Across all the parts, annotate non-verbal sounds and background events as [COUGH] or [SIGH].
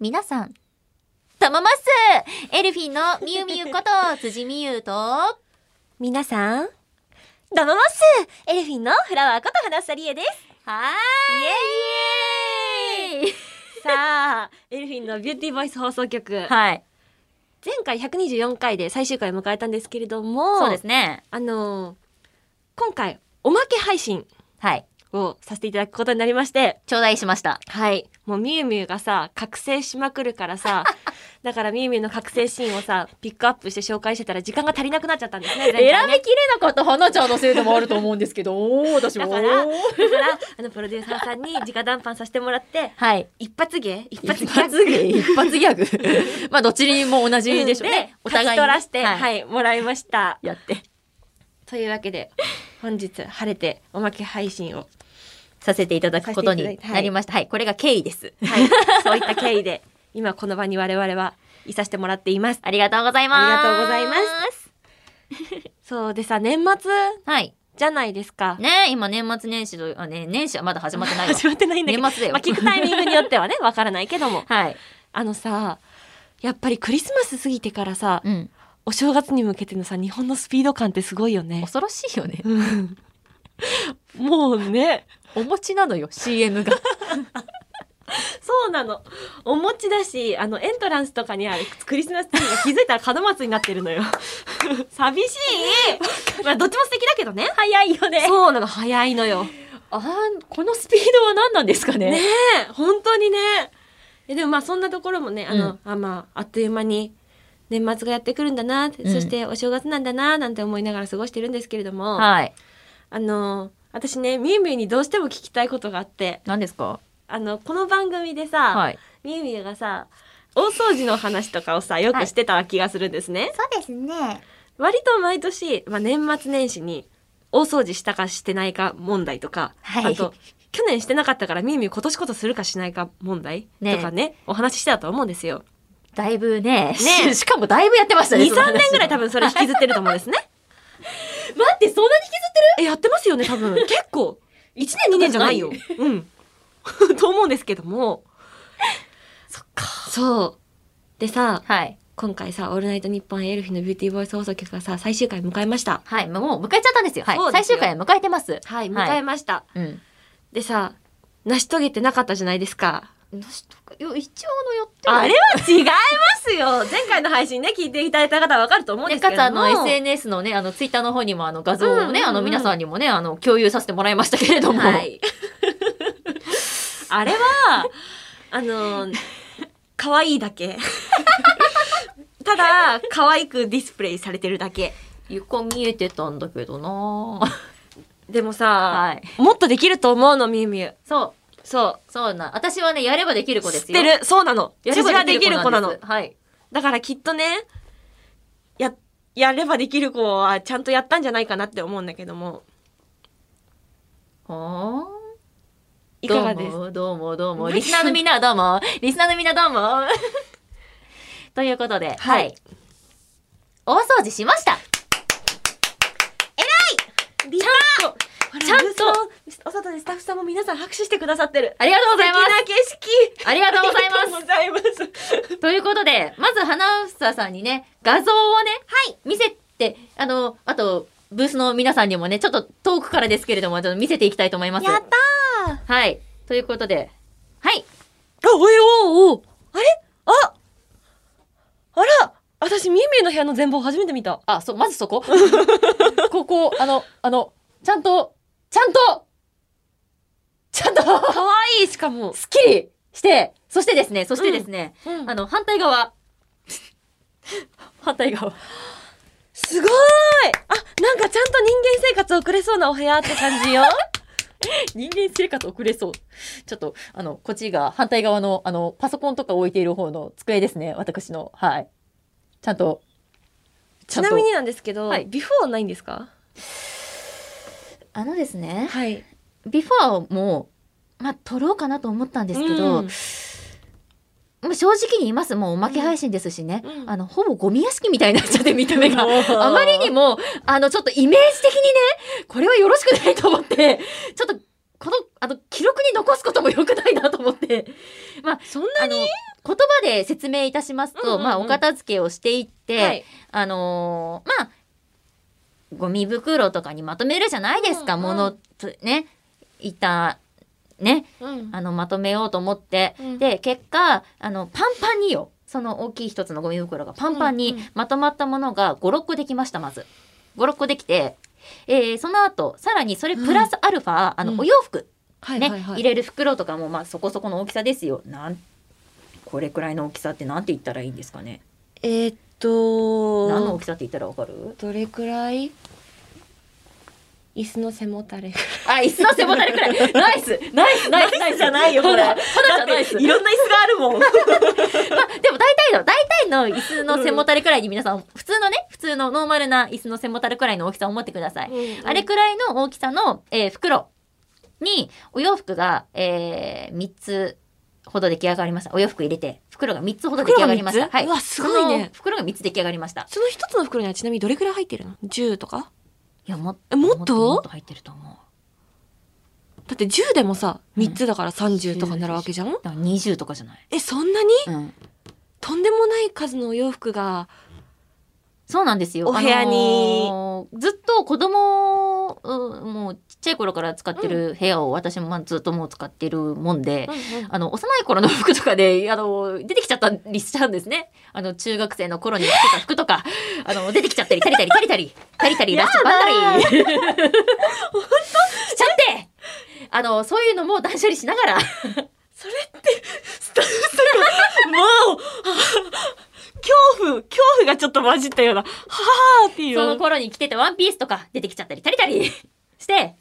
皆さん、たまますエルフィンのみゆみゆこと、 [LAUGHS] 辻みゆと、皆さん、ダママッスエルフィンのフラワーこと花さりえです。はーいイエーイさあ、エルフィンのビューティーボイス放送局。前はい。回124回で最終回を迎えたんですけれども、そうですね。あのー今回、おまけ配信はい。をさせていただくことになりまして、頂戴しました。はい。もうみゆみゆがさ、覚醒しまくるから [LAUGHS] さ、だからみゆみゆの覚醒シーンをさ、ピックアップして紹介してたら時間が足りなくなっちゃったんですね、前回ねきれなかった花ちゃんのせいでもあると思うんですけど、私だから、だから、あの、プロデューサーさんに直談判させてもらって、はい。一発芸一発一芸発芸、一発ギャグ。 [LAUGHS] まあ、どっちにも同じでしょうね。おお互い互いに取ねらせて、はい、はい。もらいました。やって。というわけで、本日晴れておまけ配信をさせていただ書くことになりまました。はい。これが経緯です。す。はい、 [LAUGHS] そういった経緯で、今この場に我々はいさせてもらっています。ありがとうございます。。ありがとうございますそうでさ、年末はい。じゃないですか。ねえ今年末年始の、あね、年始はまだ [LAUGHS] 始まってないわ。始まってないんだけど、年末だよまあ、聞くタイミングによってはね、わからないけども。はい。あのさ、やっぱりクリスマス過ぎてからさ、うん。お正月に向けてのさ日本のスピード感ってすごいよね。恐ろしいよね。うんもうねお餅なのよ、CM が。そうなのお餅だしあのエントランスとかにあるクリスマスツリーが気づいたら門松になってるのよ [LAUGHS] 寂し [LAUGHS] い、まあ、どっちも素敵だけどね [LAUGHS] 早いよねそうなの早いのよねあーこのスピードは何なんですかね。え本当にねえでもまあそんなところもねあの、あまああっという間に年末がやってくるんだな、ってうんそしてお正月なんだななんて思いながら過ごしてるんですけれども、はい。あの私ねみゆみゆにどうしても聞きたいことがあって何ですかあのこの番組でさ、はい。みゆみゆがさ大掃除の話とかをさよくしてた気がするんですね、そうですね。割と毎年、まあ、年末年始に大掃除したかしてないか問題とか、はいあと去年してなかったからみゆみゆ今年こそするかしないか問題ねとかねお話ししてたと思うんですよだいぶね、ねしかもだいぶやってましたね。その話23年ぐらい多分それ引きずってると思うんですね [LAUGHS] 待って、そんなに引きずってるえやってますよね多分結構1年2年じゃないようんと思うん [LAUGHS] ですけどもそっか。そうでさはい。今回さ「オールナイトニッポンエルフィのビューティーボイス放送局」がさ最終回迎えましたはい。もう迎えちゃったんですよ。はいそう。で最すよ終回迎えてます。はい迎えました、うん。でさ成し遂げてなかったじゃないですか成し遂げいや一応のやってるあれは違いますよ [LAUGHS] 前回の配信ね聞いていただいた方はわかると思うんでね、すけかれつあどもの SNS のね、あのツイッターの方にもあの画像をね、うんうんうんあの皆さんにもね、あの共有させてもらいましたけれども。はい [LAUGHS] あれはあの可愛いだけ [LAUGHS] ただ可愛くディスプレイされてるだけ床見えてたんだけどなでもさ、はいもっとできると思うのみゆみゆ [LAUGHS] そう。そうそうな。私はね、やればできる子で知っすよ。てるそうなのやれ知ばがででききるる子子ななんでのす。はい。だからきっとねややればできる子はちゃんとやったんじゃないかなって思うんだけどもはーいかがですどうも、どうも、どう [LAUGHS] も。リスナーのみんなはどうも。リスナーのみんなどうも。 [LAUGHS] ということで、はい。はい大掃除しました。ちゃんとちゃんとお外でスタッフさんも皆さん拍手してくださってるありがとうございます素敵な景色ありがとうございますありがとうございますということで、まず花房さんにね、画像をね、はい、見せて、あの、あと、ブースの皆さんにもね、ちょっと遠くからですけれども、ちょっと見せていきたいと思います。たーはい。ということで、はい。あおえおおおあれああら私みゆみゆの部屋の全貌初めて見たあ、そう、まずそこ。ここ、あの、あの、ちゃんと、ちゃんと、ちゃんと、可愛いしかもすっきりして、そしてですね、そしてですね、うんあの、反対側。 [LAUGHS] 反対側。すごーいあなんかちゃんと人間生活送れそうなお部屋って感じよ人間生活遅れそう。ちょっと、あの、こっちが反対側の、あの、パソコンとか置いている方の机ですね、私の。はい。ちゃんと、ちちゃんとなみになんですけど、はいビフォーないんですかあのですね、はいビフォーも、まあ、撮ろうかなと思ったんですけど、うんもう正直に言います。もうおまけ配信ですしね。うんあの、ほぼゴミ屋敷みたいになっちゃって、見た目 [LAUGHS] が。おーあまりにも、あの、ちょっとイメージ的にね、これはよろしくないと思って、ちょっと、この、あの、記録に残すこともよくないなと思って。そんなあの、言葉で説明いたしますと、うんうんうんまあ、お片付けをしていって、はいあのーまあゴミ袋とかにまとめるじゃないですか、うんうん物とね板ねうんあのまとめようと思って、うんで結果あのパンパンによその大きい一つのゴミ袋がパンパンうんうにんまとまったものが56個できましたまず56個できて、えーその後さらにそれプラスアルファ、あうのんお洋服、はいねはいはい入れる袋とかもまあそこそこの大きさですよなんこれくらいの大きさってなんて言ったらいいんですかねえーっと何の大きさって言ったらわかるどれくらい椅子の背もたれぐらあい椅子の背もたれくらいナイスナイスナイスナイスじゃないよこたれだ [LAUGHS] ただじゃないですろんな椅子があるもんでも大体の、大体の椅子の背もたれくらいに皆さん、普通のね、普通のノーマルな椅子の背もたれくらいの大きさを持ってください。あれくらいの大きさの、えー袋に、お洋服が、え3つほど出来上がりました。お洋服入れて、袋が3つほど出来上がりました。袋が三つはい。うわすごいねその袋が3つ出来上がりました。その一つの袋にはちなみにどれくらい入ってるの ?10 とかいや、もっえもっともっと入ってると思う。だって10でもさうん3つだから30とかになるわけじゃん、だから20とかじゃない。えそんなにうん。とんでもない数のお洋服がそうなんですよ。お部屋にあのーずっと子供、うんもうちっちゃい頃から使ってる部屋を私もまあずっともう使ってるもんで、あの、幼い頃の服とかで、あの、出てきちゃったりしちゃうんですね。あの、中学生の頃に着てた服とか、 [LAUGHS] あの、出てきちゃったり、たりたり、たりたり、たりたり、ラッシュばったり。しちゃ [LAUGHS] ってあの、そういうのも断捨離しながら、スタッフさんがもう恐怖恐怖がちょっと混じったようなはあっていそのう頃に着てたワンピースとか出てきちゃったり、たりたり [LAUGHS] して、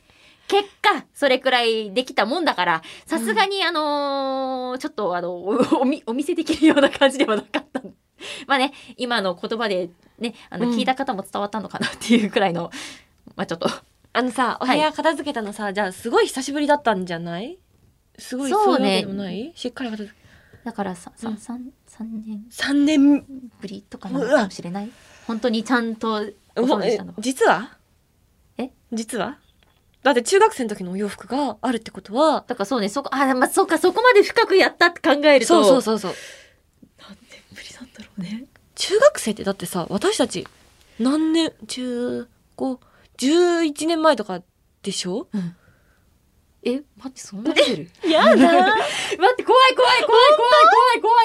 結果、それくらいできたもんだから、さすがに、あのーちょっと、あの、おおみお見せできるような感じではなかった。 [LAUGHS] まあね、今の言葉で、ね、あの、うん聞いた方も伝わったのかなっていうくらいの、まあちょっと。あのさお部屋片付けたのさ、じゃあすごい久しぶりだったんじゃないすごいそそううねねでもないしっかり片付けだからさ、さ、うん三三年3年ぶりとかなのかもしれない本当にちゃんとお掃除したのえ。実はえ実はだって中学生の時のお洋服があるってことはだからそうね、そこ、あ、まあそうか、そこまで深くやったって考えると。そうそうそうそう何年ぶりなんだろうね。中学生ってだってさ私たち何年1511年前とかでしょえ、待って、そんなレベルやだ待って、怖い怖い怖い怖い怖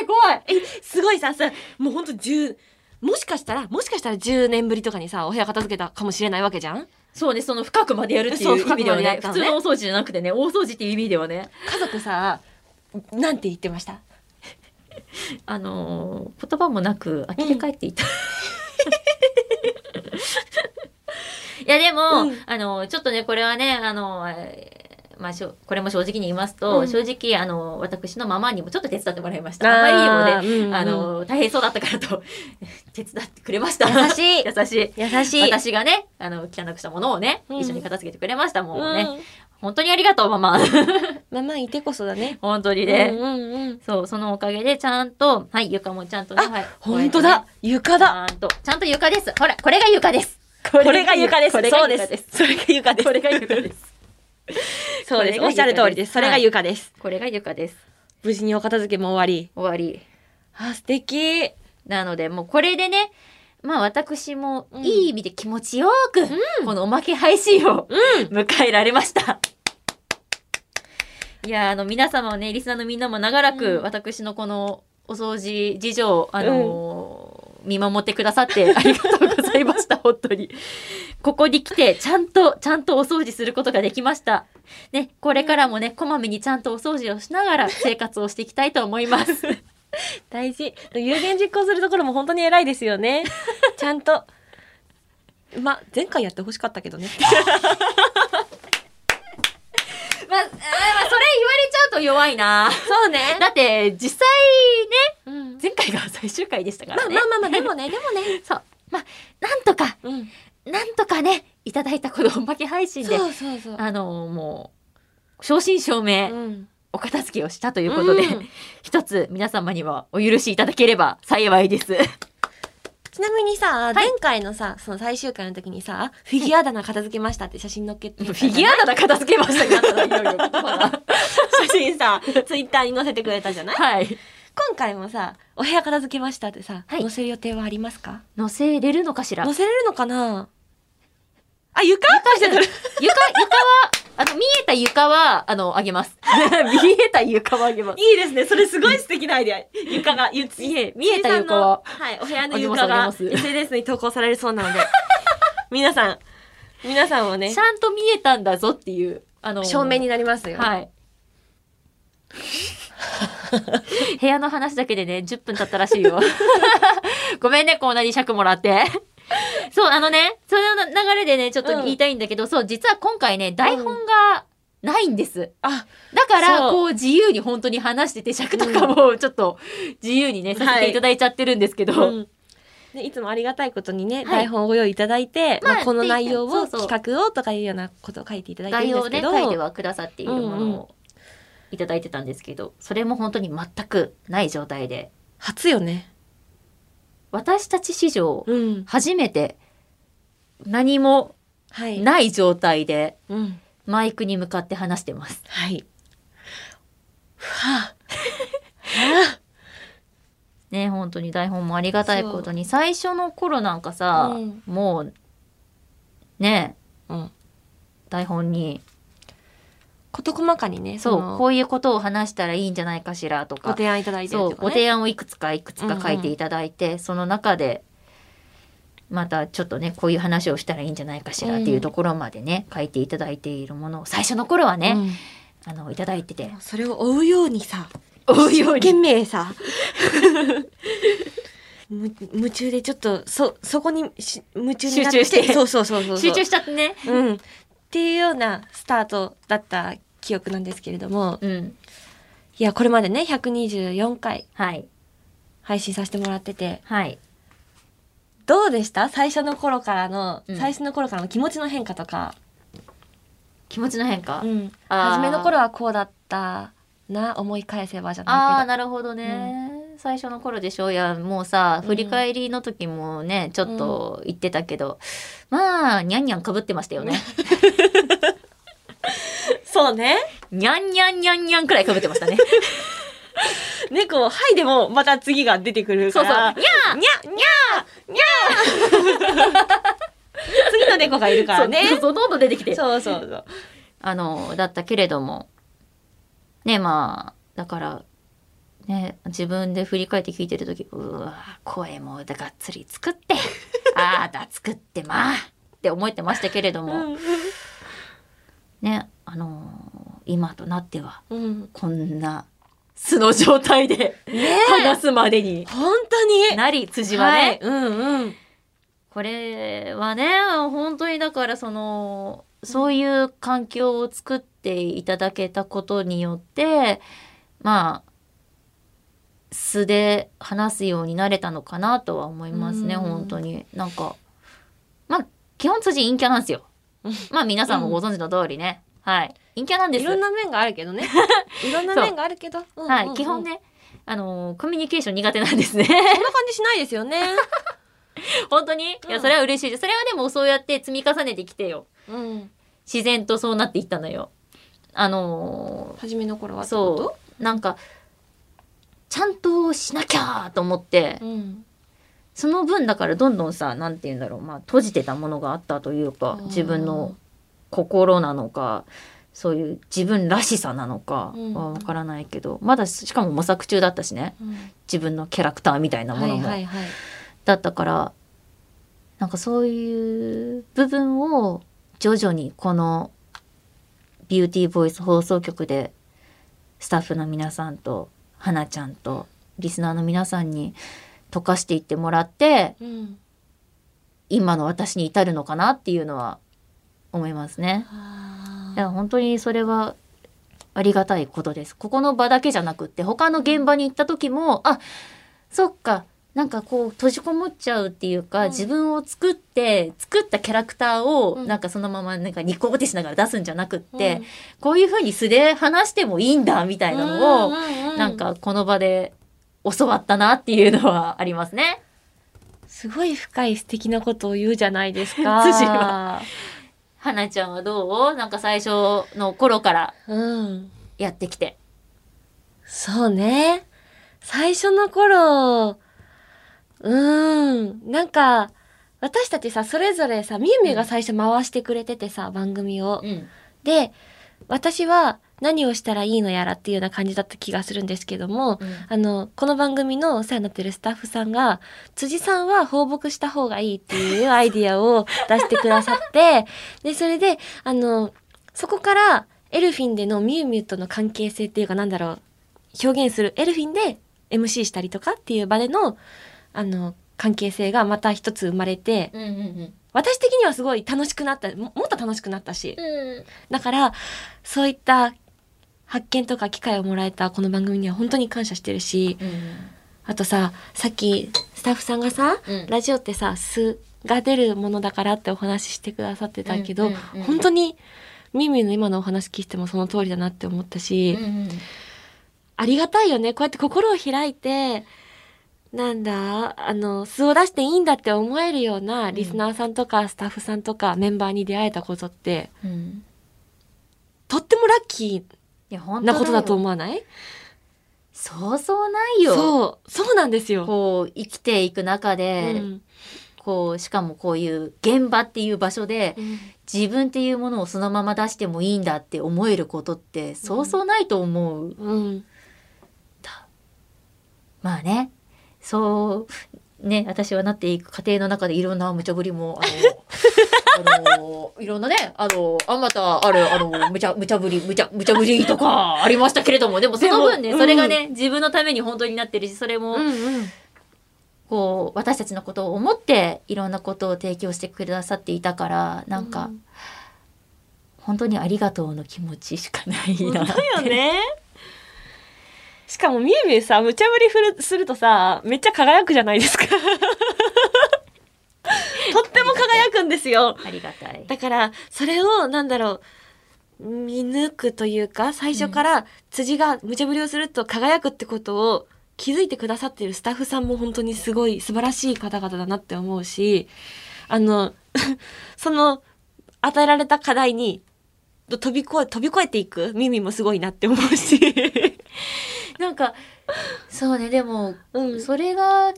い怖い怖い。すごいささもうほんと10もしかしたらもしかしたら10年ぶりとかにさお部屋片付けたかもしれないわけじゃんそうね、その深くまでやるっていそうう意深味くでまはでやねっ、た普の通ねの大掃除じゃなくてね、大掃除っていう意味ではね、家族さなんて言ってましたあのー言葉もなく呆れ返っていた。 [LAUGHS] いやでも、うんあのーちょっとねこれはねあのーえーまあしょこれも正直に言いますと、うん正直あのー私のママにもちょっと手伝ってもらいました。あーあまりにもね、うんうんあのー大変そうだったからと [LAUGHS] 手伝ってくれました。優し [LAUGHS] い優しい。優し私がね、あの、汚くしたものをね、うん一緒に片付けてくれました、もううね。ん本当にありがとう、マ [LAUGHS] マ。ママいてこそだね本当にうんね。うんうんそう、そのおかげで、ちゃんと、はい、床もちゃんとね、あはい。本当だ床こうだやってね。ちゃんと、ちゃんと床です。ほら、これが床です。ここれが床です。これそうがで床すです。。それが床です。これが床です。 [LAUGHS] そうこです。れがおっしゃる通りです。それが床床です。これが床です。無事にお片付けも終わり。終わり。あ、素敵。なので、もうこれでね、まあ私もいい意味で気持ちよく、このおまけ配信を迎えられました。いやー、あの皆様はね、リスナーのみんなも長らうくん私のこのお掃除事情を、あのー見守ってくださってありがとうございま [LAUGHS] した、本当に。ここに来て、ちゃんと、ちゃんとお掃除することができました。ね、これからもね、こまめにちゃんとお掃除をしながら生活をしていきたいと思い [LAUGHS] ます。大事。有言実行するところも本当に偉いですよ [LAUGHS] ね。ちゃんと。ま、前回やってほしかったけどね。まあ、あーまあそれ言われちゃうと弱いな。そうね。だって、実際ね、うん前回が最終回でしたかまらあね。まあまあまあ、でもね、でもね。そう。まあ、なんとか、うん。なんとかね、いただいたこのおまけ配信で、そうそうそう。あの、もう、正真正銘、うん。お片付けをしたということで、うん一つ皆様にはお許しいただければ幸いです。ちなみにさ、い前回のさ、その最終回の時にさ、フィギュア棚片付けましたって写真載っけて。フィギュア棚片付け [LAUGHS] ましたが、いろいろ言葉が写真さ、ツイッターに載せてくれたじゃないはい。今回もさ「お部屋片付けました」ってさ、はい載せる予定はありますか乗せれるのかしら載床せれるのかなあ床アップしてくる床はあの見えた床はあのあげます [LAUGHS] 見えた床はあげますいいですねそれすごい素敵なアイデア床がゆ [LAUGHS] つ見え見えた床はゆつさんのはいお部屋のあげます床あげがます SNS に投稿されるそうなので皆さん皆さ [LAUGHS] んもねちゃんと見えたんだぞっていうあの証明になりますよ、はい部屋の話だけでね10分経ったらしい [LAUGHS] よごめんねこんなに尺もらってそうあのねその流れでねちょっと言いたいんだけど、そう実は今回ね台本がないんです、あだから、そうこう自由に本当に話してて、尺とかもちょっと自由にね、んさせていただいちゃってるんですけど、うんね、いつもありがたいことにね、台本をご用意いただいて、まあまあ、この内容そうをそう企画をとかいうようなことを書いていただいてる概要んですをけね、ど、書いてはくださっているもうんうのをいただいてたんですけど、それも本当に全くない状態で、初よね。私たち史上、うん。初めて何もはい。ない状態で、うん。マイクに向かって話してます。はい。はね、本当に台本もありがたいことに、最初の頃なんかさ、うんもう、ね、あ。うん。台本に、事細かにね、そそう、のこういうことを話したらいいんじゃないかしらとごか、提案いただいてるそう、とかね。ご提案をいくつかいくつか書いていただいて、その中でまたちょっとねこういう話をしたらいいんじゃないかしらっていうところまでね、書いていただいているものを最初の頃はね、あのいただいててうん。それを追うようにさ、追うように一生懸命さ、 [LAUGHS] む夢中でちょっと、そ、そこにし夢中になって集中してそうそうそうそうそう。集中しちゃってね。うん、っていうようなスタートだった記憶なんですけれどもうん、いやこれまでね124回はい配信させてもらっててはい。どうでした最初の頃からの、うん最初の頃からの気持ちの変化とか、気持ちの変化。うん、あー初めの頃はこうだったな思い返せばじゃああないなるほどね、最初の頃でしょいやもうさうん振り返りの時もねちょっと言ってたけど、まあにゃんにゃんかぶってましたよね。けどそうねにゃんにゃんにゃんにゃんくらいかぶってました [LAUGHS] ね。猫を「はい」でもまた次が出てくるそかうそう。にゃらーにゃにゃにゃ次の猫がいるからねそうそうどんどん出てきてそうそうそうあのだったけれどもねまあだからね自分で振り返って聞いてる時うわ声もだがっつり作って [LAUGHS] ああだ作ってまあって思ってましたけれども、ねあの今となってはうんうんこんな素の状態で話すまでに本当になり辻はね、い、うんうんこれはね本当にだからそのそういう環境を作っていただけたことによってまあ素で話すようになれたのかなとは思いますねうん本当になんかまあ基本辻陰キャなんですようんまあ皆さんもご存知の通りね、はい陰キャなんでいすろんな面があるけど [LAUGHS] ねいろんな面があるけど、うんうんうんはい基本ねあのコミュニケーション苦手なんですねそんな感じしないですよね [LAUGHS] 本当にいやうんそれは嬉しいですそれはでもそうやって積み重ねてきてよ [LAUGHS] うん自然とそうなっていったのよ。あの初めの頃はーってこそうなんかちゃんとしなきゃと思ってとうんその分だからどんどんさなんて言うんだろう、まあ、閉じてたものがあったというかうん自分の心なのかそういう自分らしさなのかうんは分からないけど、まだしかも模索中だったしねうん自分のキャラクターみたいなもはのいもはいはいだったからなんかそういう部分を徐々にこのビューティーボイス放送局でスタッフの皆さんと花ちゃんとリスナーの皆さんに溶かしていってもらってうん今の私に至るのかなっていうのは思いますね。あいーや本当にそれはありがたいことです。ここの場だけじゃなくって他の現場に行った時もあそっかなんかこう閉じこもっちゃうっていうか、うん自分を作って作ったキャラクターを、うんなんかそのままなんかニコってしながら出すんじゃなくっうんて、こういう風に素で話してもいいんだみたいなのを、うんうんなんかこの場で教わったなっていうのはありますね。すごい深い素敵なことを言うじゃないですか [LAUGHS] 辻ははなちゃんはどうなんか最初の頃からうんやってきて。そうね最初の頃、うーん、なんか、私たちさ、それぞれさ、みゆみゆが最初回してくれててさ、番組を。うん。で、私は何をしたらいいのやらっていうような感じだった気がするんですけども、あの、この番組のお世話になってるスタッフさんが、辻さんは放牧した方がいいっていうアイディアを出してくださって、 [LAUGHS] で、それで、あの、そこから、エルフィンでのミュウミュウとの関係性っていうかなんだろう、表現する、エルフィンで MC したりとかっていう場での、あの、関係性がまた一つ生まれて、うんうん私的にはすごい楽しくなった、ももっと楽しくなったしう、ん。だから、そういった発見とか機会をもらえたこの番組には本当に感謝してるし、あとさ、さっきスタッフさんがさ、うんラジオってさ、素が出るものだからってお話ししてくださってたけど、うんうんうん本当にミミの今のお話聞いてもその通りだなって思ったし、うん。ありがたいよね。こうやって心を開いて、なんだ、あの、素を出していいんだって思えるようなリスナーさんとかスタッフさんとかメンバーに出会えたことって、うん。とってもラッキいや、本ー当なことだとう。思わないそうそうないよ。そう、そうなんですよ。こう、生きていく中で、うんこう、しかもこういう現場っていう場所で、自分っていうものをそのまま出してもいいんだって思えることって、そうそうないと思う。うん、まあね、そう、ね、私はなっていく過程の中でいろんな無茶ぶりも、あ [LAUGHS] の、あのいろんなね、あの、あまたある、あの、無茶、無茶ぶり、無茶、無茶ぶりとかありましたけれども、でもその分ね、でもうんそれがね、自分のために本当になってるし、それも、うんうんこう、私たちのことを思って、いろんなことを提供してくださっていたから、なんか、本当にありがとうの気持ちしかないな本。当よねしかもみゆみゆさ無茶ぶりふるするとさめっちゃ輝くじゃない [LAUGHS] ですかとっても輝くんですよ [LAUGHS] ありがたい。だからそれをなんだろう見抜くというか最初から辻が無茶ぶりをすると輝くってことを気づいてくださっているスタッフさんも本当にすごい素晴らしい方々だなって思うしあのその与えられた課題に飛び越え飛び越えていく耳もすごいなって思うし、なんか、そうね、でも、うん、それが、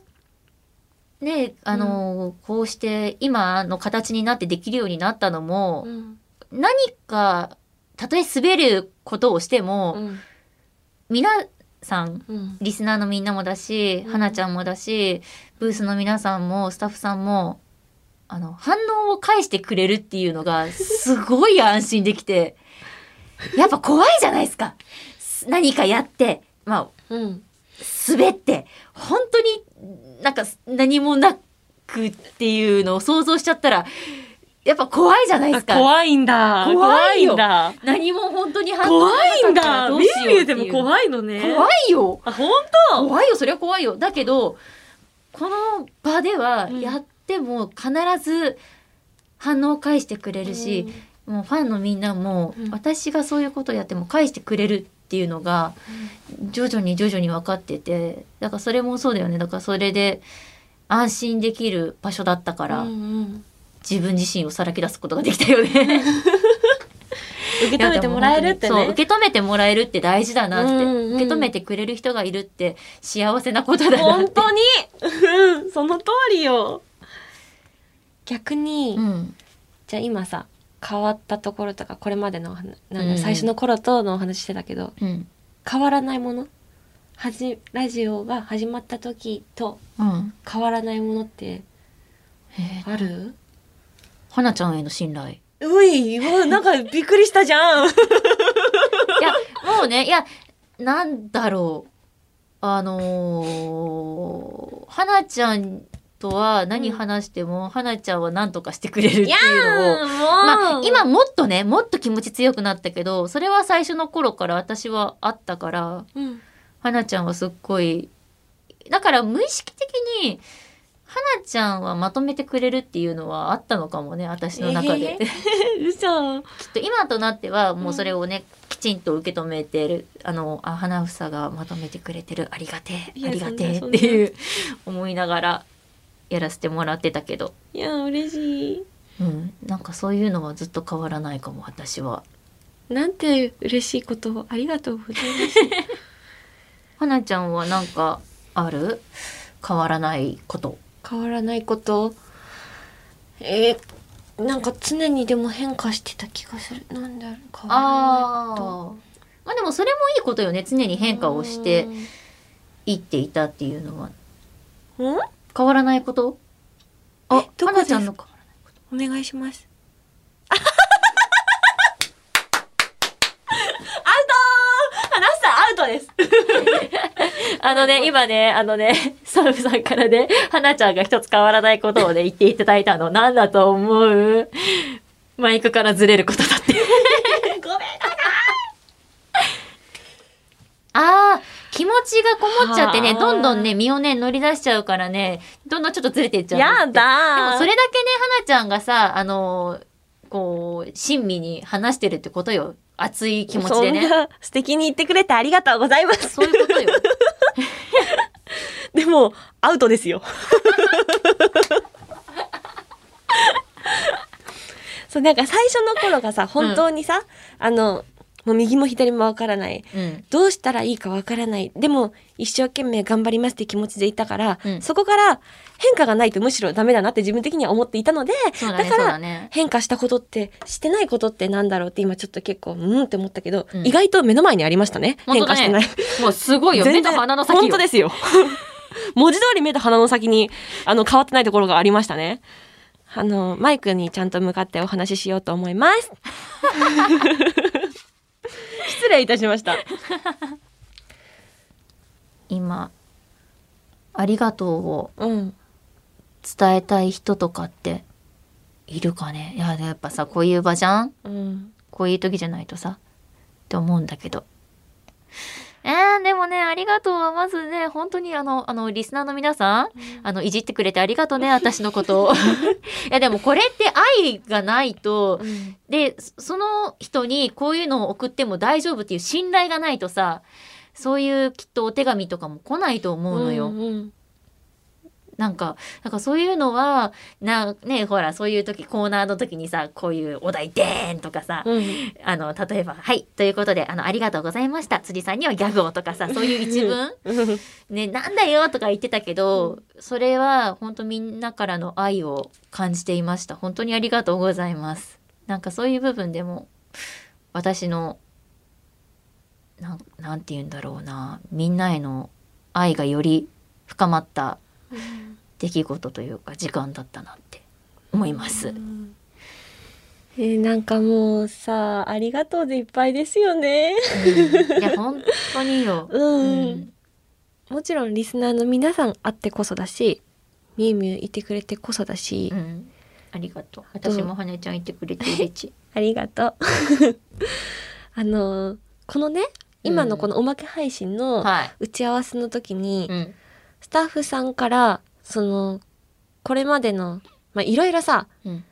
ね、あの、こうして今の形になってできるようになったのも、ん何か、たとえ滑ることをしても、うん皆さん、うんリスナーのみんなもだし、うんはなちゃんもだし、ブースの皆さんも、スタッフさんも、あの、反応を返してくれるっていうのが、すごい安心できて、やっぱ怖いじゃないですか。す何かやって、まあ、うん滑って本当になんか何もなくっていうのを想像しちゃったらやっぱ怖いじゃないであすか怖いんだ怖いよんだ何も本当に反応怖いんなかったらだどうミしュウよミうュっウてでいうも怖いのね怖いよあ本怖いよそりゃ怖いよだけどこの場ではうんやっても必ず反応を返してくれ当るし、もうファンのみんなもうん私がそういうことをやっても返してくれるっていうのが徐々に徐々に分かっててだからそれもそうだよねだからそれで安心できる場所だったから、うんうん自分自身をさらけ出すことができたよね。 [LAUGHS] 受け止めてもらえるってそうね。受け止めてもらえるって大事だなって、うんうん受け止めてくれる人がいるって幸せなことだなっ本て。当に、うん、その通りよ。逆に、うんじゃあ今さ変わったところとかこれまでのお話なんうんだ最初の頃とのお話してたけど、うん変わらないものはじラジオが始まった時とうん変わらないものってえーある花ちゃんへの信頼。いういうわなんかびっくりしたじ [LAUGHS] ゃん。やもうねいやなんだろうあのー、花ちゃんとは何話しても、花ちゃんは何とかしてくれるっていうのをまあ、今もっとねもっと気持ち強くなったけどそれは最初の頃から私はあったからうん花ちゃんはすっごいだから無意識的に花ちゃんはまとめてくれるっていうのはあったのかもね私の中で、え [LAUGHS] 嘘きっと今となってはもうそれをね、きちんと受け止めてるあのあ花房がまとめてくれてるありがていえやありがてえっそんなていう思いながらやらせてもらってたけど、いや嬉しい。うん、なんかそういうのはずっと変わらないかも私は。なんて嬉しいことをありがとうございます。花ちゃんはなんかある変わらないこと。変わらないことえーなんか常にでも変化してた気がするなんだろう変わらないことまあでもそれもいいことよね。常に変化をしていっていたっていうのはうんん変わらないこと。あどこ花ですちゃんの変わらないこと。お願いしますアウトアナウン [LAUGHS] サーアウトですあのね今ねあのねサルさんからね花ちゃんが一つ変わらないことをね、言っていただいたの。何だと思うマイクからずれることだって。 [LAUGHS] ごめんああ、気持ちがこもっちゃってね、はあどんどんね、身をね、乗り出しちゃうからね、どんどんちょっとずれていっちゃやうんですって。でだもそれだけね、花ちゃんがさ、あのーこう、親身に話してるってことよ。熱い気持ちでそんね。な素敵に言ってくれてありがとうございますそういうことよ。でもアウトで [LAUGHS] すよ。そうなんか最初の頃がさ本当にさ、あのもう右も左もわからないうん。どうしたらいいかわからないでも一生懸命頑張りますって気持ちでいたから、うんそこから変化がないとむしろダメだなって自分的には思っていたのでそうだだね、かそうだらね。変化したことってしてないことってなんだろうって今ちょっと結構うんって思ったけど、うん意外と目の前にありましたね本変当だ化ねしてない。もうすごいよ。目と鼻の先よ。本当ですよ [LAUGHS] 文字通り目と鼻の先にあの変わってないところがありましたねあのマイクにちゃんと向かってお話ししようと思います [LAUGHS] 失礼いたしました今、ありがとうをうん伝えたい人とかって、いるかね。いや、やっぱさ、こういう場じゃんうんこういう時じゃないとさ、って思うんだけど。えー、でもね、ありがとうはまずね、本当にあの、あの、リスナーの皆さん、あの、いじってくれてありがとうね、私のことを。 [LAUGHS] いや、でもこれって愛がないと、で、そその人にこういうのを送っても大丈夫っていう信頼がないとさ、そういうきっとお手紙とかも来ないと思うのよ。んうんなんか、なんかそういうのは、な、ね、ほら、そういう時、コーナーの時にさ、こういうお題でーんとかさ、うんあの、例えば、はい、ということで、あの、ありがとうございました。辻さんにはギャグをとかさ、そういう一文、うんね、なんだよとか言ってたけど、それは、本当みんなからの愛を感じていました。本当にありがとうございます。なんかそういう部分でも、私の、なん、なんて言うんだろうな、みんなへの愛がより深まった出来事というか、時間だったなって思います。えーなんかもうさありがとうでいっぱいですよねうんいや、本当によ。 [LAUGHS] うんもちろんリスナーの皆さんあってこそだしみゆみゆいてくれてこそだし、うん、ありがとう。と私も羽根ちゃんいてくれて嬉 [LAUGHS] しい。ありがとう。あのこのね今のこのおまけ配信のはい。打ち合わせの時に、うん。スタッフさんからそのこれまでのまあいろいろさうん。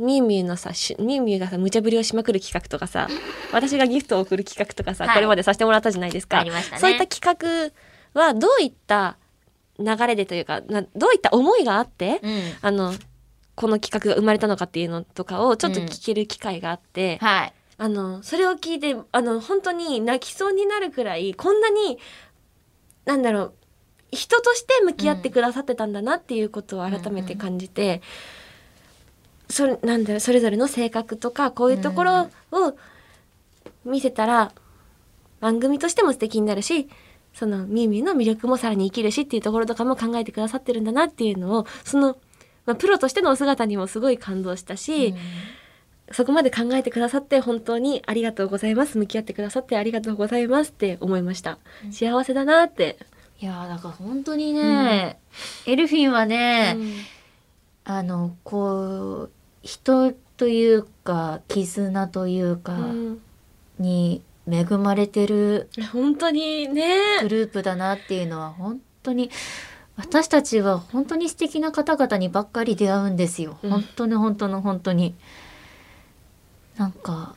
みゆみゆのさしゅみゆみゆがさ無茶ぶりをしまくる企画と [LAUGHS] かさ私がギフトを送る企画とかさ、はいこれまでさせてもらったじゃないですあかり。ましたね。そういった企画はどういった流れでというかなどういった思いがあって、うん。あのこの企画が生まれたのかっていうのとかをちょっと聞ける機会があって、はい。あのそれを聞いてあの本当に泣きそうになるくらいこんなになんだろう人として向き合ってくださってたんだなっていうことを改めて感じて、それなんだろうそれぞれの性格とかこういうところを見せたら番組としても素敵になるしそのみゆみゆの魅力もさらに生きるしっていうところとかも考えてくださってるんだなっていうのをその、まあ、プロとしてのお姿にもすごい感動したし。そこまで考えてくださって本当にありがとうございます向き合ってくださってありがとうございますって思いましたうん幸せだなって、いやーだから本当にね、エルフィンはね、あのこう人というか絆というかうんに恵まれてる本当にねグループだなっていうのは本当に私たちは本当に素敵な方々にばっかり出会うんですよ、うん本当に本当の本当になんか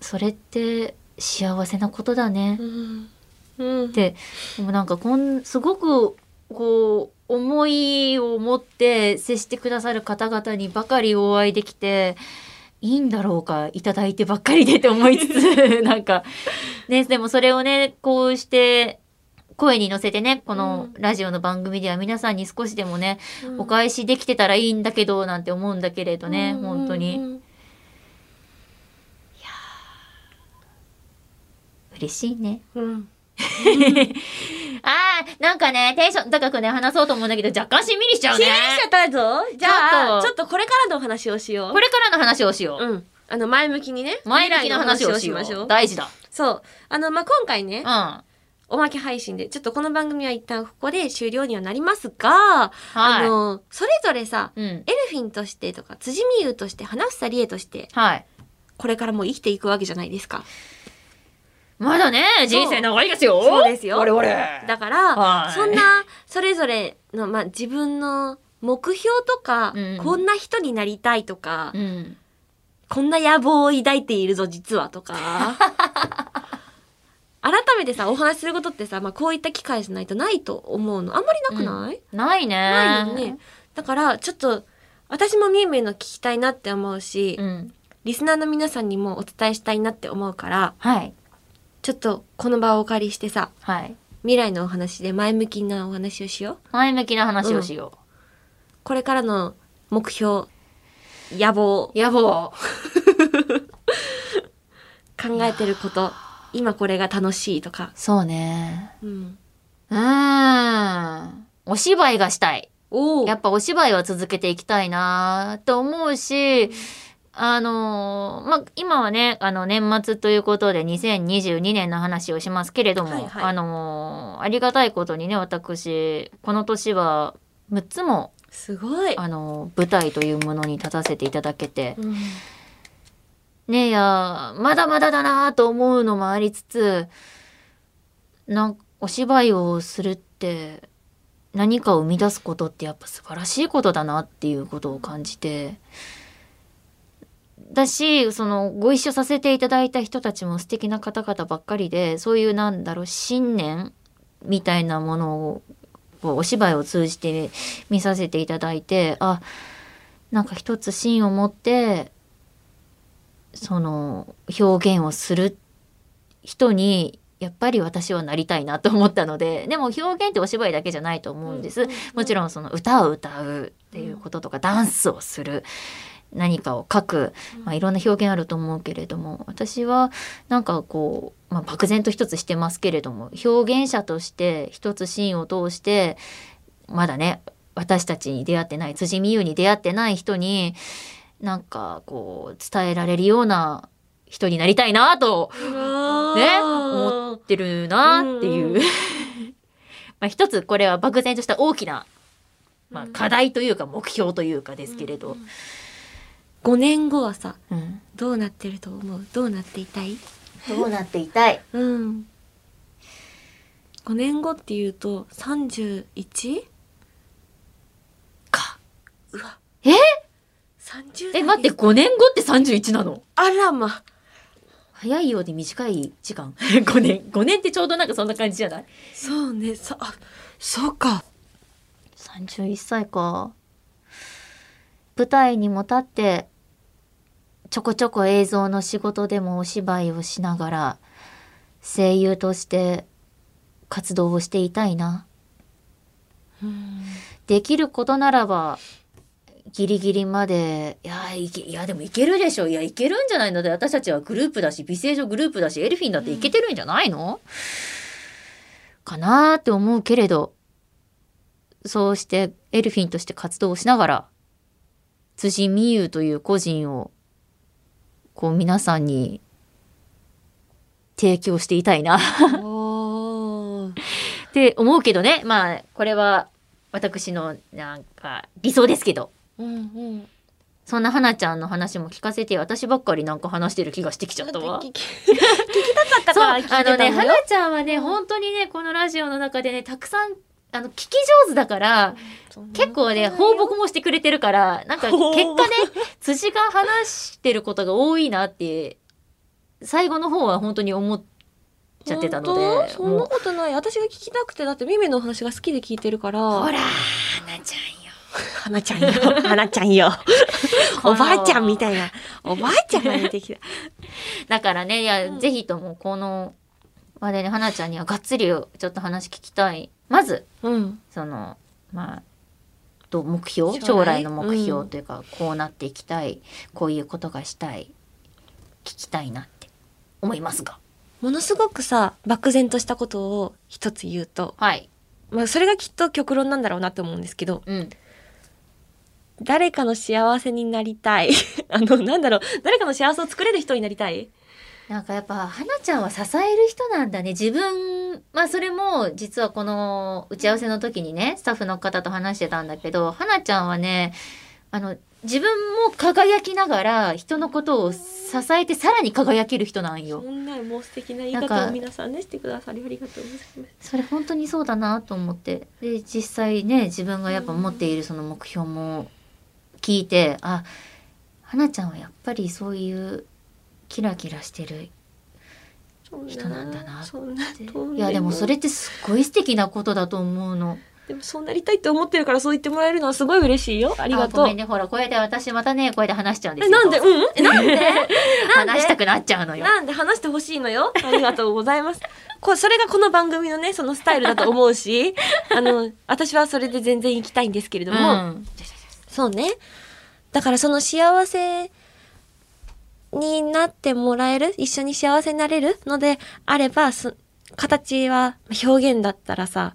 それって幸せなことだねうんうんって、でもなんかこんすごくこう思いを持って接してくださる方々にばかりお会いできていいんだろうかいただいてばっかりでって思いつつ [LAUGHS] なんか、ね、でもそれをねこうして声に乗せてねこのうラジオの番組では皆さんに少しでもね、おえ返しできてたらいいんだけどなんて思うんだけれどね、本当に、嬉しいね。うんあーなんかねテンション高くね話そうと思うんだけど若干しんみりしちゃうしんみねりしちゃったぞじゃあちちょょっっとこれからのお話をしよこれからの話をしようう、うんあの前向きにね前向きの話をしよう未来の話をしましょう大事だそうあのまあ今回ねうんはおまけ配信でちょっとこの番組は一旦ここで終了にはなりますがあいのそれぞれさうんエルフィンとしてとか辻美優として花房理恵としてはいこれからも生きていくわけじゃないですかまだね人生長いですよそうですよ我々だから、はいそんなそれぞれの、まあ、自分の目標とか、うんこんな人になりたいとか、うんこんな野望を抱いているぞ実は [LAUGHS] とか改めてさお話しすることってさ、まあ、こういった機会じゃないとないと思うのあんまりなくない、ないねないよねだからちょっと私もみゆみゆの聞きたいなって思うし、うんリスナーの皆さんにもお伝えしたいなって思うからはいちょっとこの場をお借りしてさはい未来のお話で前向きなお話をしよう前向きな話をしよこれからの目標野望う野望考えてること今これが楽しいとか、そうねうん、うーんお芝居がしたいおやっぱお芝居は続けていきたいなと思うし、あのーまあ、今はね、あの、年末ということで2022年の話をしますけれども、はいはいあのーありがたいことにね、私、この年は6つも、すごい、あのー舞台というものに立たせていただけて、うんねえや、まだまだだなと思うのもありつつ、なんかお芝居をするって、何かを生み出すことってやっぱ素晴らしいことだなっていうことを感じて、だし、その、ご一緒させていただいた人たちも素敵な方々ばっかりで、そういうなんだろう、信念みたいなものを、こうお芝居を通じて見させていただいて、あ、なんか一つ芯を持って、その表現をする人にやっぱり私はなりたいなと思ったのででも表現ってお芝居だけじゃないと思うんです、うんうんうんもちろんその歌を歌うっていうこととか、ダンスをする何かを書く、まあ、いろんな表現あると思うけれども私はなんかこう、まあ、漠然と一つしてますけれども表現者として一つシーンを通してまだね私たちに出会ってない辻美優に出会ってない人になんかこう伝えられるような人になりたいなとうわーね思ってるなっていううん [LAUGHS] うんまあ一つこれは漠然とした大きな、まあうん、課題というか目標というかですけれど、 5年後はさうんどうなってると思うどうなっていたいどうなっていたいうん5年後っていうと 31? かうわえ30え代待って5年後って31なのあらま早いようで短い時 [LAUGHS] 間5年5年ってちょうどなんかそんな感じじゃないそうねさあそうか31歳か舞台にも立ってちょこちょこ映像の仕事でもお芝居をしながら声優として活動をしていたいなうんできることならばギリギリまでいやいけいやでもいけるでしょいやいけるんじゃないので私たちはグループだし美声女グループだしエルフィンだっていけてるんじゃないの、かなーって思うけれどそうしてエルフィンとして活動をしながら辻美優という個人をこう皆さんに提供していたいなおーって思うけどねまあこれは私のなんか理想ですけどうんうんそんな花ちゃんの話も聞かせて私ばっかりなんか話してる気がしてきちゃったわ。聞き聞きたかったそうからあ聞いてたのねのよ花ちゃんはね本当にねこのラジオの中でねたくさんあの聞き上手だから結構ね放牧もしてくれてるからなんか結放果牧ね辻が話してることが多いなって最後の方は本当に思っちゃってたの本で当そんなもことない私が聞きたくてだってミミのお話が好きで聞いてるかうほらら花ちゃんよ。 [LAUGHS] 花ちゃんよ花ちゃんよおばあちゃんみたいなおばあちゃんが出てきただからねいや、うんぜひともこの話題で花ちゃんにはがっつりちょっと話聞きたいまずうんそのまあと目標将来将来の目標というか、こうなっていきたいこういうことがしたい聞きたいなって思いますがものすごくさ漠然としたことを一つ言うと、はい、まあ、それがきっと極論なんだろうなと思うんですけどうん、誰かの幸せになりたい [LAUGHS] あのなんだろう誰かの幸せを作れる人になりたいなんかやっぱ花ちゃんは支える人なんだね自分まあそれも実はこの打ち合わせの時にねスタッフの方と話してたんだけど花ちゃんはねあの自分も輝きながら人のことを支えてさらに輝ける人なんよそ。んなもう素敵な言いなん方かを皆さんねしてくださりありがとうございますそれ本当にそうだなと思ってで実際ね自分がやっぱ持っているその目標も聞いてあ花ちゃんはやっぱりそういうキラキラしてるそん人なんだなそんなってとんいやでもそれってすっごい素敵なことだと思うのでもそうなりたいって思ってるからそう言ってもらえるのはすごい嬉しいよありがとごうめんねほらこうやって私またねこうやって話しちゃうんですえよなん [LAUGHS] でうんえなんで話したくなっちゃうのよ [LAUGHS] なんで話してほしいのよありがとうございます [LAUGHS] こうそれがこの番組のねそのスタイルだと思うしあの私はそれで全然行きたいんですけれども、うんそうね。だからその幸せになってもらえる、一緒に幸せになれるのであれば、そ形は表現だったらさ、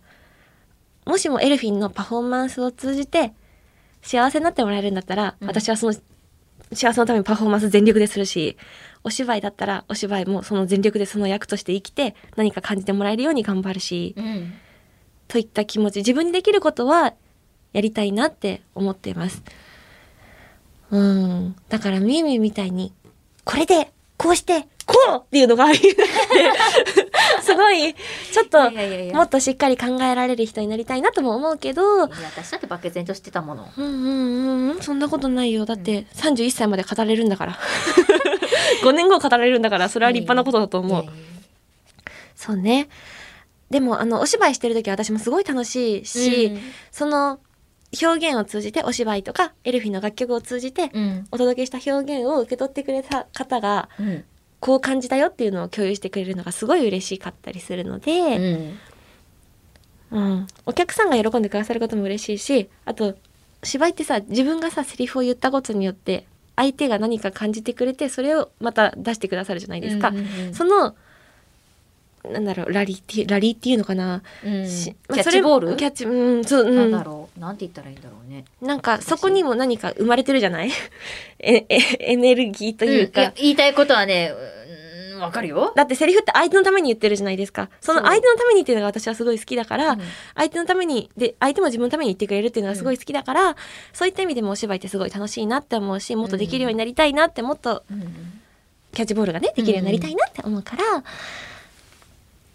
もしもエルフィンのパフォーマンスを通じて幸せになってもらえるんだったら、うん私はその幸せのためにパフォーマンス全力でするし、お芝居だったらお芝居もその全力でその役として生きて何か感じてもらえるように頑張るし、うんといった気持ち自分にできることはやりたいなって思っていますうんだからみゆみゆみたいにこれでこうしてこうっていうのがあり [LAUGHS] すごいちょっといやいやいやもっとしっかり考えられる人になりたいなとも思うけどうんいや私だって漠然としてたものうんうんそんなことないよだって31歳まで語れるんだから [LAUGHS] 5年後語られるんだからそれは立派なことだと思ういやいやいやそうねでもあのお芝居してる時は私もすごい楽しいし、その表現を通じてお芝居とかエルフィンの楽曲を通じてうんお届けした表現を受け取ってくれた方がうんこう感じたよっていうのを共有してくれるのがすごい嬉しかったりするのうで、んうんお客さんが喜んでくださることも嬉しいしあと芝居ってさ自分がさセリフを言ったことによって相手が何か感じてくれてそれをまた出してくださるじゃないですか。うんうんうんそのなんだろうラリーっていうラリーっていうのかな、うんしキャッチボールキャッチうんそう、うん、なんだろう、なんて言ったらいいんだろうね。なんかそこにも何か生まれてるじゃない [LAUGHS] ええエネルギーというか、や言いたいことはね、うーんわかるよ。だってセリフって相手のために言ってるじゃないですかそのそう相手のためにっていうのが私はすごい好きだから、うん相手のためにで相手も自分のために言ってくれるっていうのがすごい好きだから、そういった意味でもお芝居ってすごい楽しいなって思うしもっとできるようになりたいなってもっとうんキャッチボールがねできるようになりたいなって思うから、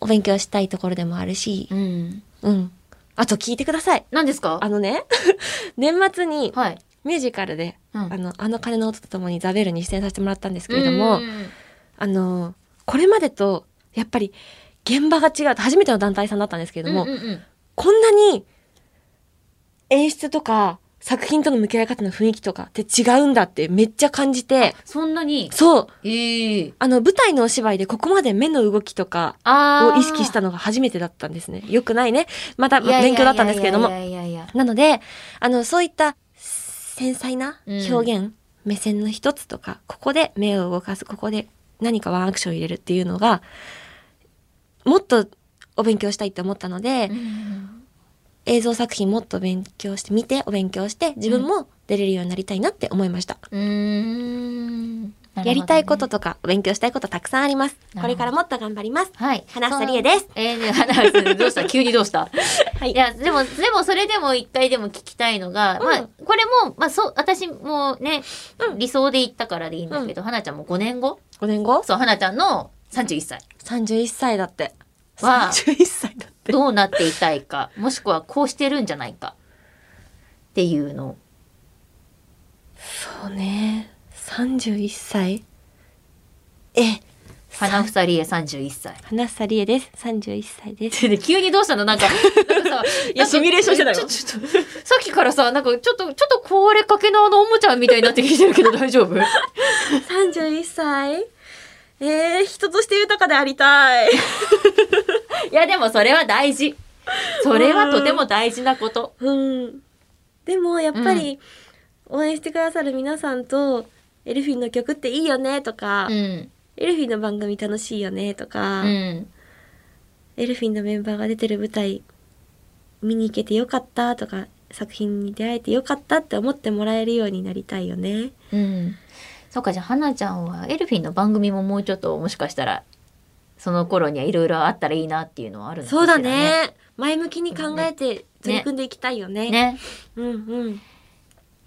お勉強したいところでもあるしう、ん。うん、あと聞いてください何ですかあのね [LAUGHS] 年末にはい。ミュージカルでうんあの、あの鐘の音とともにザベルに出演させてもらったんですけれども、うんあの、これまでと、やっぱり、現場が違う、初めての団体さんだったんですけれども、うんうんうんこんなに、演出とか、作品との向き合い方の雰囲気とかって違うんだってめっちゃ感じて、そんなに、そう、ええあの、舞台のお芝居でここまで目の動きとかあを意識したのが初めてだったんですね。よくないね。また勉強だったんですけれどもい。やいやいやいやいやなので、あの、そういった繊細な表現、目線の一つとか、ここで目を動かす、ここで何かワンアクションを入れるっていうのが、もっとお勉強したいって思ったので、うん映像作品もっと勉強して、見てお勉強して、自分も出れるようになりたいなって思いました。うーん。なるほどねやりたいこと。とか、お勉強したいことたくさんあります。なるほどこれからもっと頑張ります。はい。花房理恵です。えーね、花 [LAUGHS] 房どうした急にどうしたはいいや、でも、でもそれでも一回でも聞きたいのが、うんまあ、これも、まあ、そう、私もね、理想で言ったからでいいんだけど、花ちゃんも5年後5年後そう、花ちゃんの31歳。 ?31 歳だって。わあ31歳だって。どうなっていたいか、もしくはこうしてるんじゃないか。っていうの。そうね31歳え花ふさりえ31歳。花さりえです31歳です [LAUGHS] で急にどうしたのなんか、なんかさ、いなやんかシミュレーションしてたよちょちょっとさっききからさ、なんかちょっと、ちょっと壊れかけのあのおもちゃみたいになってきてるけど大丈夫31歳えー、人として豊かでありた [LAUGHS] い。いや、でもそれは大事。それはとても大事なこと。うん。でも、やっぱり、応援してくださる皆さんと、エルフィンの曲っていいよねとか、うん。エルフィンの番組楽しいよねとか、うん。エルフィンのメンバーが出てる舞台見に行けてよかったとか作品に出会えてよかったって思ってもらえるようになりたいよね。うん。そうか、じゃあ、花ちゃんはエルフィンの番組ももうちょっと、もしかしたら、その頃にはいろいろあったらいいなっていうのはあるのかしそうらだ。ね。前向きに考えて取り組んでいきたいよね。ね。うんうん。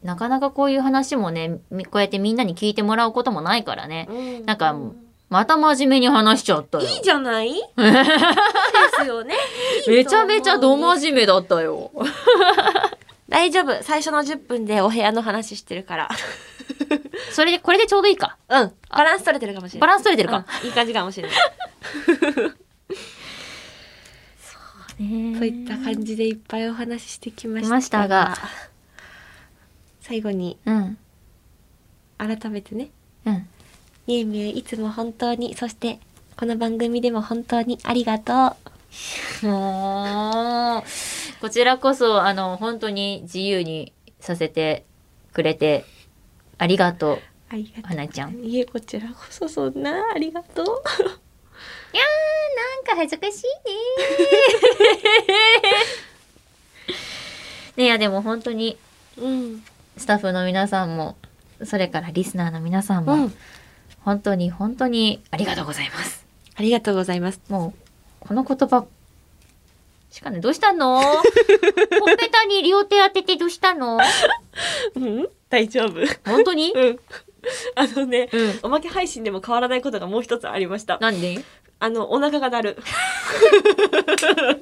なかなかこういう話もね、みこうやってみんなに聞いてもらうこともないからね。うんなんかまた真面目に話しちゃったよ。いいじゃ [LAUGHS] ないですよね。めちゃめちゃどま真面目だったよ。大丈夫。最初の10分でお部屋の話してるから。それで、これでちょうどいいか。うん。バランス取れてるかもしれなバラい。ンス取れてるか。うんいい感じかもしれない。といった感じでいっぱいお話ししてきましたましたが最後にうん。改めてねうん。みえみえいつも本当にそしてこの番組でも本当にありがともう、こちらこそ、あの、本当に自由にさせてくれて、ありがとう、うありが花ちゃん。ういえこちらこそそんなありがとうなんか恥ずかしい [LAUGHS] ね。ねいや、でも本当に、うん、スタッフの皆さんも、それからリスナーの皆さんうも、ん、本当に本当にありがとうございます。ありがとうございますもう、この言葉、しかね、どうした [LAUGHS] のほっぺたに両手当ててどうしたのうん大丈夫本当 [LAUGHS] にうんあのねうん。おまけ配信でも変わらないことがもう一つありましたなんで確あのお腹が鳴るかにそれは、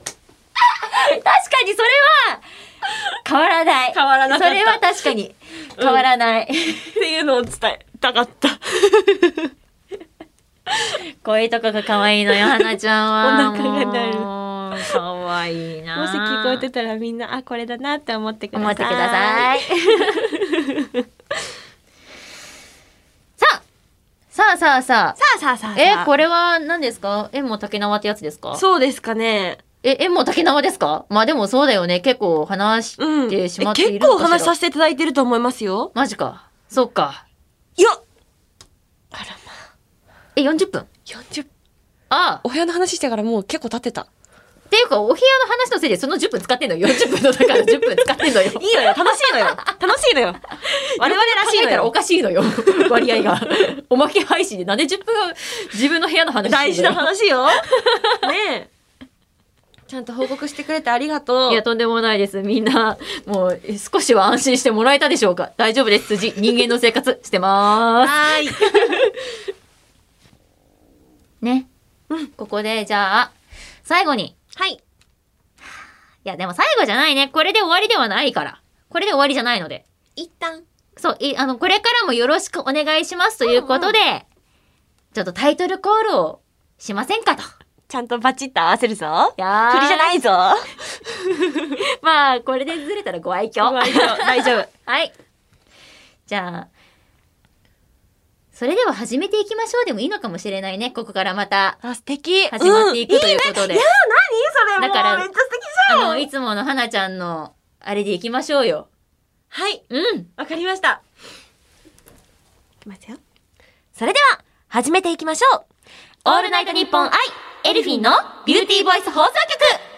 変わらない。 [LAUGHS] 変わらなそかったれは確かに、変わらない。っていうのを伝えたかった声とかが可愛いのよ、花ちゃんは。お腹が鳴るもう。可愛いな。もし聞こえてたらみんなあこれだなって思ってください思ってください。 [LAUGHS] さあさあさあささあさあさああ。さあえ、これは何ですか縁も竹縄ってやつですかそうですかねえ、縁も竹縄ですかまあでもそうだよね。結構話うしんてしまっていえる結構お話しさせせていただいてると思いますよマジか。そうか。いやあらまあえ、40分。 40ああ。お部屋の話してからもう結構経ってたっていうか、お部屋の話のせいでその10分使ってんのよ。40分の中の10分使ってんのよ。いいのよ楽しいのよ楽 [LAUGHS] しいのよ我々らし考いえのたらおよかしいのよ。 [LAUGHS] 割合が。おまけ配信でなんで10分自分の部屋の話してんのよ大事な [LAUGHS] 話よねえちゃんと報告してくれてありがとういや、とんでもないです。みんな、もう、え少しは安心してもらえたでしょうか大丈夫です。辻、人間の生活してまーす。はーいね。うんここで、じゃあ、最後に。はいいや、でも最後じゃないね。これで終わりではないから。これで終わりじゃないので。一旦そう、い、あの、これからもよろしくお願いしますということで、ちょっとタイトルコールをしませんかと。ちゃんとバチッと合わせるぞや振りじゃいないぞまあ、これでずれたらご愛嬌。大丈夫はい。じゃあ、それでは始めていきましょうでもいいのかもしれないね。ここからまたあ素敵始まっていくということで。うんいいねいや何それだからもうめっちゃ素敵じゃんあの、いつもの花ちゃんの、あれでいきましょうよ。はいうん。わかりました。いきますよ。それでは、始めていきましょう。オールナイトニッポンアイエルフィンのビューティーボイス放送局